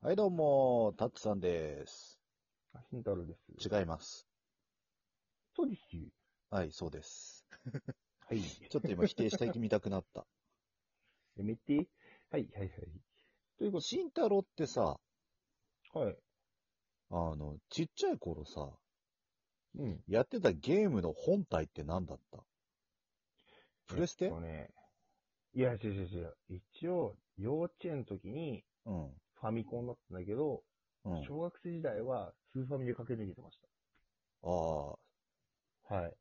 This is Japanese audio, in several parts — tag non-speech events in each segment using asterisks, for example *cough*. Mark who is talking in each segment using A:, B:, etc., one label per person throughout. A: はい、どうも、タッツさんです。
B: あ慎太郎です。
A: 違います。
B: そうですよ。
A: はい、そうです。
B: はい。
A: ちょっと今否定したい気見たくな
B: *laughs*
A: った。
B: やめて。はい、はい、はい。というこ
A: 慎太郎ってさ、
B: と。はい。
A: あの、ちっちゃい頃さ、
B: うん。
A: やってたゲームの本体って何だったプレス
B: え
A: テ
B: っとね。いや、違う違う違う。一応、幼稚園の時に
A: うん。
B: ファミコンだったんだけど、
A: うん。あ
B: 小学生時代はスーファミで駆け抜けてまし
A: あ
B: た。はい。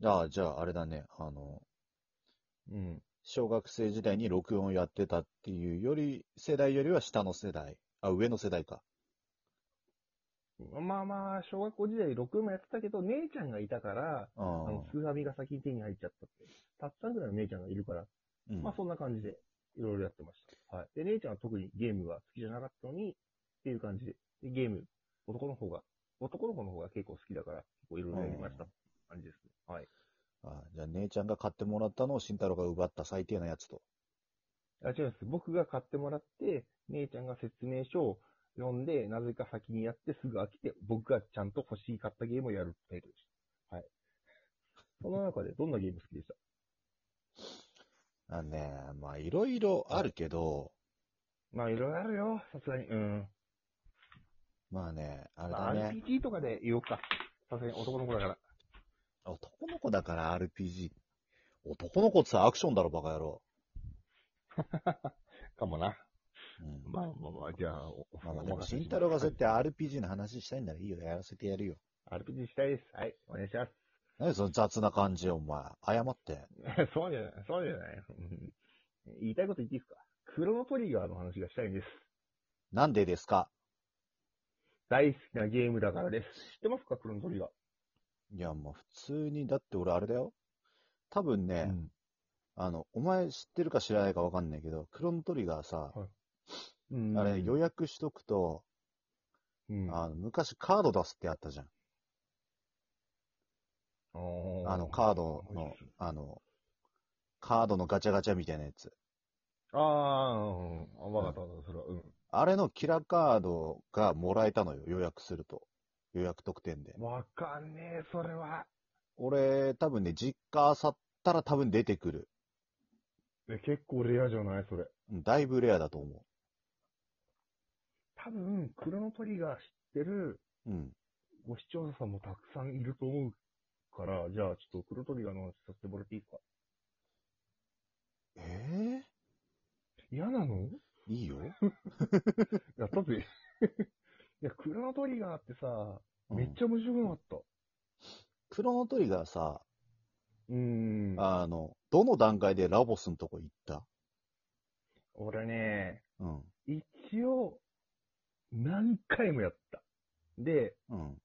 A: ー、ああ、じゃああれだね、あの、
B: うん。
A: 小学生時代に録音やってたっていうより、世代よりは下の世代。あ、上の世代か。
B: まあまあ、小学校時代6もやってたけど、姉ちゃんがいたから、
A: ああ
B: あの、スーファミが先に手に入っちゃったって。たっさんぐらいの姉ちゃんがいるから、
A: うん
B: まあそんな感じで、いろいろやってました。はい。で、姉ちゃんは特にゲームが好きじゃなかったのに、っていう感じで、でゲーム、男の方が、男の子の方が結構好きだから、結構いろいろやりました。感じですね。はい。
A: あじゃあ姉ちゃんが買ってもらったのを慎太郎が奪った最低なやつと。
B: あ、違います。僕が買ってもらって、姉ちゃんが説明書を読んで、なぜか先にやってすぐ飽きて、僕がちゃんと欲しい買ったゲームをやるタイプでした。はい。 *laughs* その中でどんなゲーム好きでした
A: あのね、まあいろいろあるけど、
B: まあいろいろあるよ、さすがに。うん。
A: まあね、あれ
B: まあ
A: だね。
B: RPG とかで言おうか。さすがに男の子だから。
A: 男の子だから RPG。男の子ってさ、アクションだろ、バカ野郎。
B: かもな。
A: うん。
B: まあまあまあ、じゃあ、お
A: まあまあ、
B: お
A: でも、
B: 任せし
A: 慎
B: ます
A: 太郎がそうやって RPG の話したいんならいいよ。やらせてやるよ。
B: はい RPG したいです。はい、お願いします。 *laughs*
A: 何その雑な感じ、お前。謝って。
B: そうじゃない、そうじゃない。うん言いたいこと言っていいですかクロノトリガーの話がしたいんです。
A: なんでですか
B: 大好きなゲームだからです。知ってますかクロノトリガー。
A: いや、もう普通に、だって俺あれだよ。多分ね、
B: うん
A: あの、お前知ってるか知らないかわかんないけど、クロントリガーさ、
B: うん
A: あれ予約しとくと、
B: うん、
A: あの、昔カード出すってあったじゃん。あの、カードの、あの、カードのガチャガチャみたいなやつ。
B: ああ、うん、わかったわかった、それは。うん。
A: あれのキラカードがもらえたのよ、予約すると。予約特典で。
B: わかんねえ、それは。
A: 俺、多分ね、実家あさったら多分出てくる。
B: え結構レアじゃないそれ。
A: うんだいぶレアだと思
B: 多分、クロノトリガー知ってる
A: う。うん。
B: ご視聴者さんもたくさんいると思うから、じゃあちょっと黒トリガーの話させてもらっていいですか
A: え
B: 嫌なの
A: えいいよ。
B: いや、だって、 *laughs* いや、黒のトリガーってさ、めっ
A: ゃ。
B: ちゃ面白くなかった。
A: クロノトリガーさ、
B: うーん。
A: あの、どの段階でラボスのとこ行った
B: 俺ね、
A: うん。
B: 一応、何回もやった。で、
A: うん。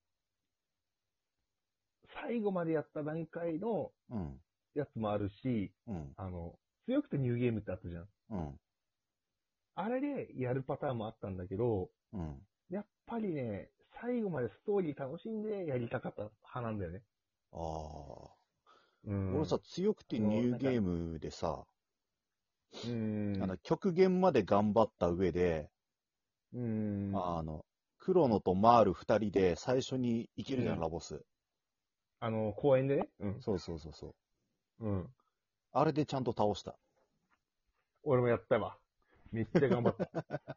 B: 最後までやった段階の
A: うん。
B: やつもあるし、
A: うん。
B: あの、強くてニューゲームってあったじゃん。
A: うん。
B: あれでやるパターンもあったんだけど、
A: うん。
B: やっぱりね、最後までストーリー楽しんでやりたかった派なんだよね。
A: ああ。
B: うん。
A: 俺さ、強くてニューゲームでさ、
B: うーん。
A: あの、極限まで頑張った上で、
B: うーん。
A: あの、クロノとマール二人で最初に行けるじゃ、
B: うんん
A: ラボス。
B: あの、公園でね。うん。
A: そうそうそうそう。
B: うん。
A: あれでちゃんと倒した。
B: 俺もやったわ。めっちゃ頑張った。 *laughs*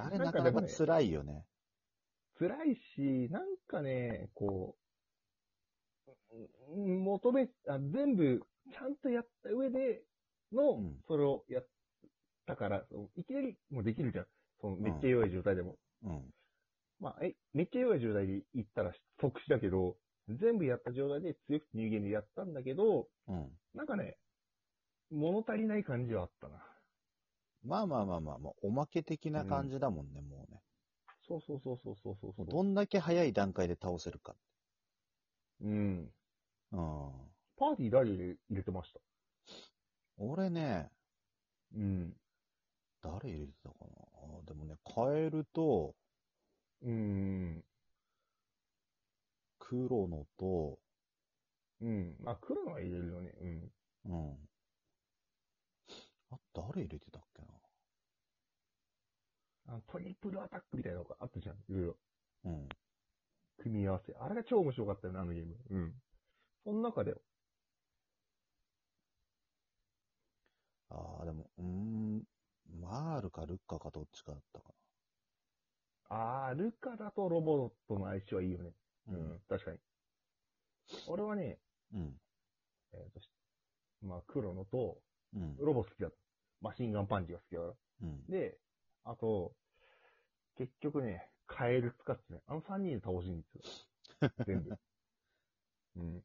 A: あれ
B: な
A: なん
B: か
A: かな
B: でも
A: か
B: ね
A: 辛いよね。
B: 辛いし、なんかね、こう、うん求め、あ全部、ちゃんとやった上での、
A: うん
B: それをやったから、そういきなり、もうできるじゃん。そのめっちゃ弱い状態でも。
A: うん。
B: まあ、え、めっちゃ弱い状態でいったら即死だけど、全部やった状態で強くて人間でやったんだけど、
A: うん。
B: なんかね、物足りない感じはあったな。
A: まあまあまあまあ、もうおまけ的な感じだもんね、もうね。
B: そうそうそうそうそうそうそ
A: もう
B: う。
A: どんだけ早い段階で倒せるか。
B: うん。
A: うん。
B: パーティー誰入れてました。
A: 俺ね、
B: うん。
A: 誰入れてたかなあーでもね、カエルと、
B: うん。
A: クロノと、
B: うん。まあ、黒のは入れるよね。うん。
A: うん。あ、誰入れてたっけな
B: あのトリプルアタックみたいなのがあったじゃん、いろいろ。
A: うん。
B: 組み合わせ。あれが超面白かったよね、あのゲーム。うん。その中で、
A: ああ、でも、うーん、マールかルッカかどっちかだったか
B: あー、ルカだとロボットの相性はいいよね。
A: な。。
B: 確かに。俺はね、
A: うん。
B: えっ、と、しまあ、黒野と、
A: うん。
B: ロボ好きだった。マシンガンパンチが好きだから。
A: うん。
B: で、あと、結局ね、カエル使ってね、あの3人で倒しに行ってた。全部。
A: *laughs*
B: うん。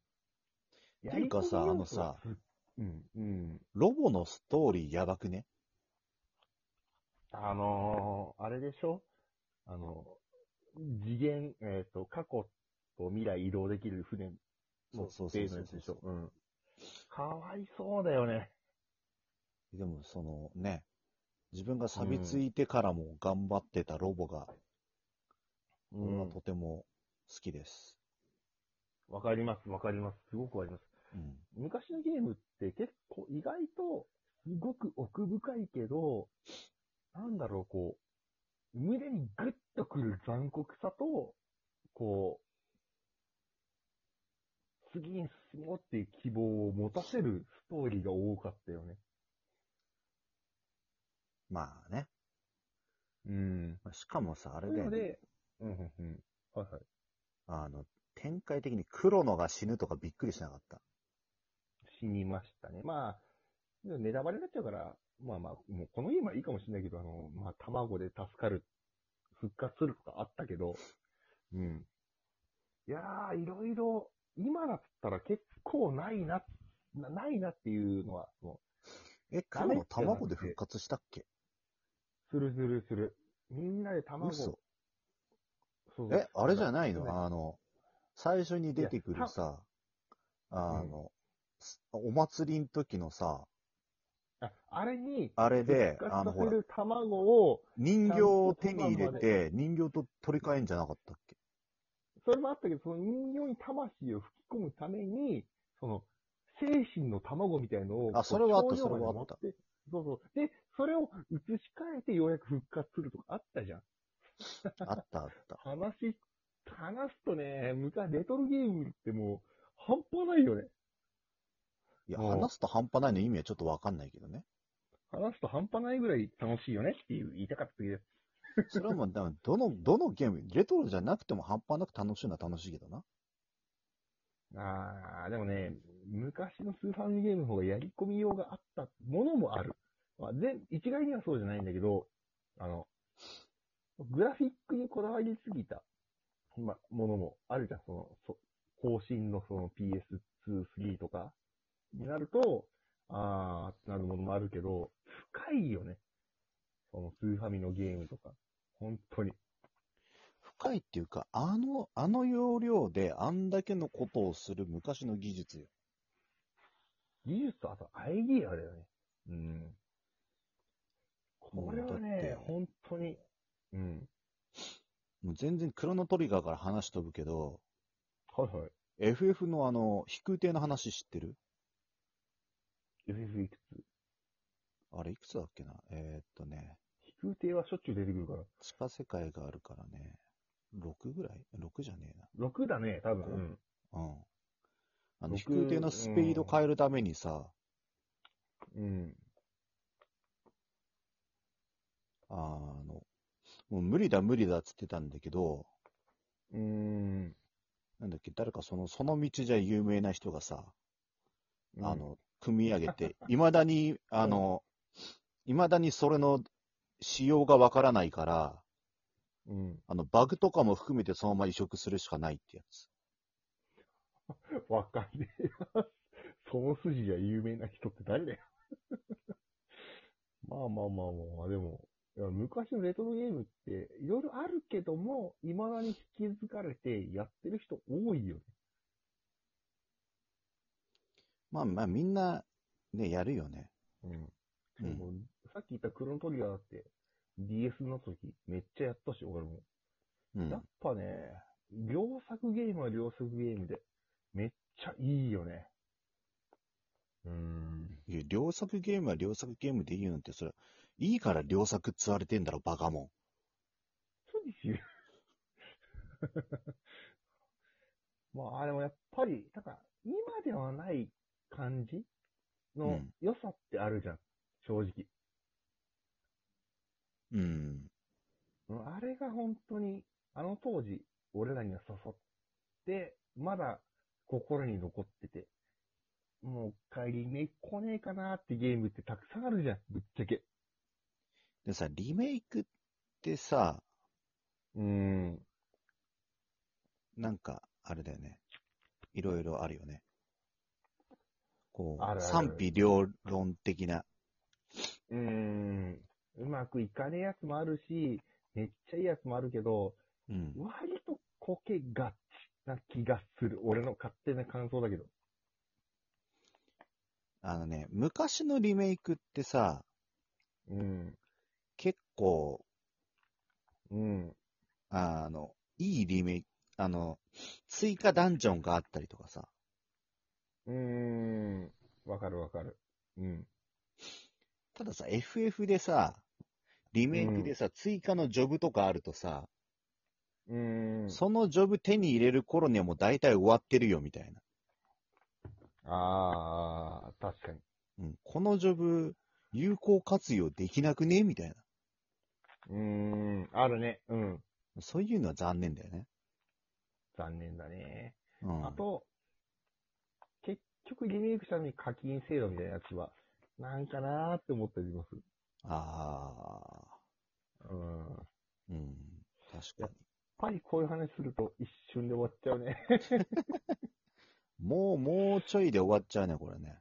A: ていうかさ
B: やり込み要素はす、うん、うん。
A: ロボのストーリーやばくね
B: あのー、あれでしょあの、次元、えっ、と、過去と未来移動できる船
A: そ
B: の
A: うそうそう
B: デーのやつでしょ
A: そう
B: うん。かわいそうだよね。
A: でも、そのね、自分が錆びついてからも頑張ってたロボが、
B: う
A: 僕は
B: ん
A: と。ても好きです。
B: わかります、わかります。すごくわかります。
A: うん。
B: 昔のゲームって結構意外とすごく奥深いけど、なんだろう、こう、胸にグッとくる残酷さと、こう、次に進もうっていう希望を持たせるストーリーが多かったよね。
A: まあね。
B: うん。
A: しかもさ、あ
B: そ
A: れ
B: うい
A: だ
B: う
A: よ
B: の
A: ね。
B: で、うんうんうん。はいはい。
A: あの、展開的に黒野が死ぬとかびっくりしなかった。
B: 死にましたね。まあ、ネタバレになっちゃうから、まあまあ、もうこのゲームはいいかもしれないけど、あの、まあ、卵で助かる、復活するとかあったけど、うん。いやー、いろいろ、今だったら結構ないな、なないなっていうのは、も
A: え、
B: ダ
A: 黒
B: メって
A: 野卵で復活したっけ
B: う、するするする。みんなで卵を
A: 嘘。
B: そう
A: え、あれじゃない
B: そう
A: のあの、最初に出てくるさ、あの、すお祭りの時のさ、
B: ああれに、
A: あれで、
B: 復
A: あ
B: 活
A: の、ほ
B: させ
A: ら、
B: る卵を、
A: 人形を手に入れて、人形と取り替えんじゃなかったっ
B: *laughs*
A: け
B: それもあったけど、その人形に魂を吹き込むために、その、精神の卵みたいのを、
A: あそれはあった
B: こう頂上まで
A: それはあった
B: 持てそうそう。で、それを移し替えてようやく復活するとかあったじゃん。
A: あったあった。
B: 話、話すとね、昔、レトロゲームってもう、半端ないよね。
A: いや、
B: うん
A: 話すと半端ないの意味はちょっとわかんないけどね。
B: 話すと半端ないぐらい楽しいよねっていう言いたかったです。
A: それはもう、だからどの、 *laughs* どのゲーム、レトロじゃなくても半端なく楽しいのは楽しいけどな。
B: あー、でもね、昔のスーファミゲームの方がやり込みようがあったものもある。まあ、全一概にはそうじゃないんだけど、あの、グラフィックにこだわりすぎた、ま、ものもあるじゃん、その、そ更新のその PS2、3とかになると、あーってなるものもあるけど、深いよね。そのスーファミのゲームとか。本当に。
A: 深いっていうか、あの、あの要領であんだけのことをする昔の技術よ。
B: 技術とあとアイディアだよね。うん。これは
A: もう
B: ね、
A: だって
B: 本当に。うん。
A: もう全然クロノトリガーから話飛ぶけど、
B: はいはい。
A: FF のあの、飛空艇の話知ってる
B: FF いくつ
A: あれいくつだっけなえーっとね、
B: 飛空艇はしょっちゅう出てくるから。
A: 地下世界があるからね、6ぐらい ?6 じゃねえ
B: 6だね、多分。
A: う
B: うん。
A: な。うん。あの、
B: 6
A: 飛空艇のスピード変えるためにさ、
B: うん。
A: あの、もう無理だ無理だっつってたんだけど、
B: うーん。
A: なんだっけ、誰かその、その道じゃ有名な人がさ、あ、の、組み上げて、いまだに、あの、いまだにそれの仕様がわからないから、
B: うん。
A: あの、バグとかも含めてそのまま移植するしかないってやつ。
B: わかんねえよ。その筋じゃ有名な人って誰だよ。 *laughs* まあまあまあまあまあ、でも、いや昔のレトロゲームって、いろいろあるけども、未だに引き継がれてやってる人多いよね。
A: まあまあ、みんな、ね、やるよね。
B: うん。
A: う
B: で
A: ん
B: も、さっき言ったクロノトリガーだって、DS の時めっちゃやったし、俺も。
A: うん。
B: やっぱね、両作ゲームは両作ゲームで、めっちゃいいよね。うーん。
A: いや両作ゲームは両作ゲームでいいよなんて、それ、いいから両作っつわれてんだろ、バカも
B: っていう。 *laughs* まあ、でもやっぱり、なんか、今ではない感じ
A: う
B: の
A: ん
B: 良さってあるじゃん。正直。
A: うん。
B: うんあれが本当に、あの当時、俺らには刺さって、まだ心に残ってて、もう帰りめ来ねえかなってゲームってたくさんあるじゃん、ぶっちゃけ。
A: でさ、リメイクってさ、
B: うん。
A: なんか、あれだよね。いろいろあるよね。こ
B: あるあ
A: う、
B: る
A: 賛否両論的な。
B: うん。うまくいかねえやつもあるし、めっちゃいいやつもあるけど、
A: うん。
B: 割とこけがちな気がする。俺の勝手な感想だけど。
A: あのね、昔のリメイクってさ、
B: うん。
A: 結構、
B: うん。
A: あの、いいリメイク、あの、追加ダンジョンがあったりとかさ、
B: うん。わかるわかる。うん。
A: たださ、FF でさ、リメイクでさ、追加のジョブとかあるとさ、
B: うん
A: そのジョブ手に入れる頃にはもう大体終わってるよみたいな。
B: ああ、確かに。
A: うん、このジョブ、有効活用できなくねみたいな。
B: うーん、あるね。うん。
A: そういうのは残念だよね。
B: 残念だね。
A: うん。
B: あと、結局リメイクしたのに課金制度みたいなやつは、なんかなーって思ったりします。
A: あ
B: うん。やっ
A: ーうん。確かに。
B: ぱりこういう話すると一瞬で終わっちゃうね。
A: もう、もうちょいで終わっちゃうね、これね。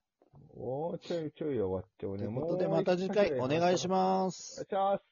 B: もうちょいちょいで終わっちゃう
A: とい
B: ね。
A: うことで、また次回お願いし
B: ま
A: ます
B: す。。お願いします。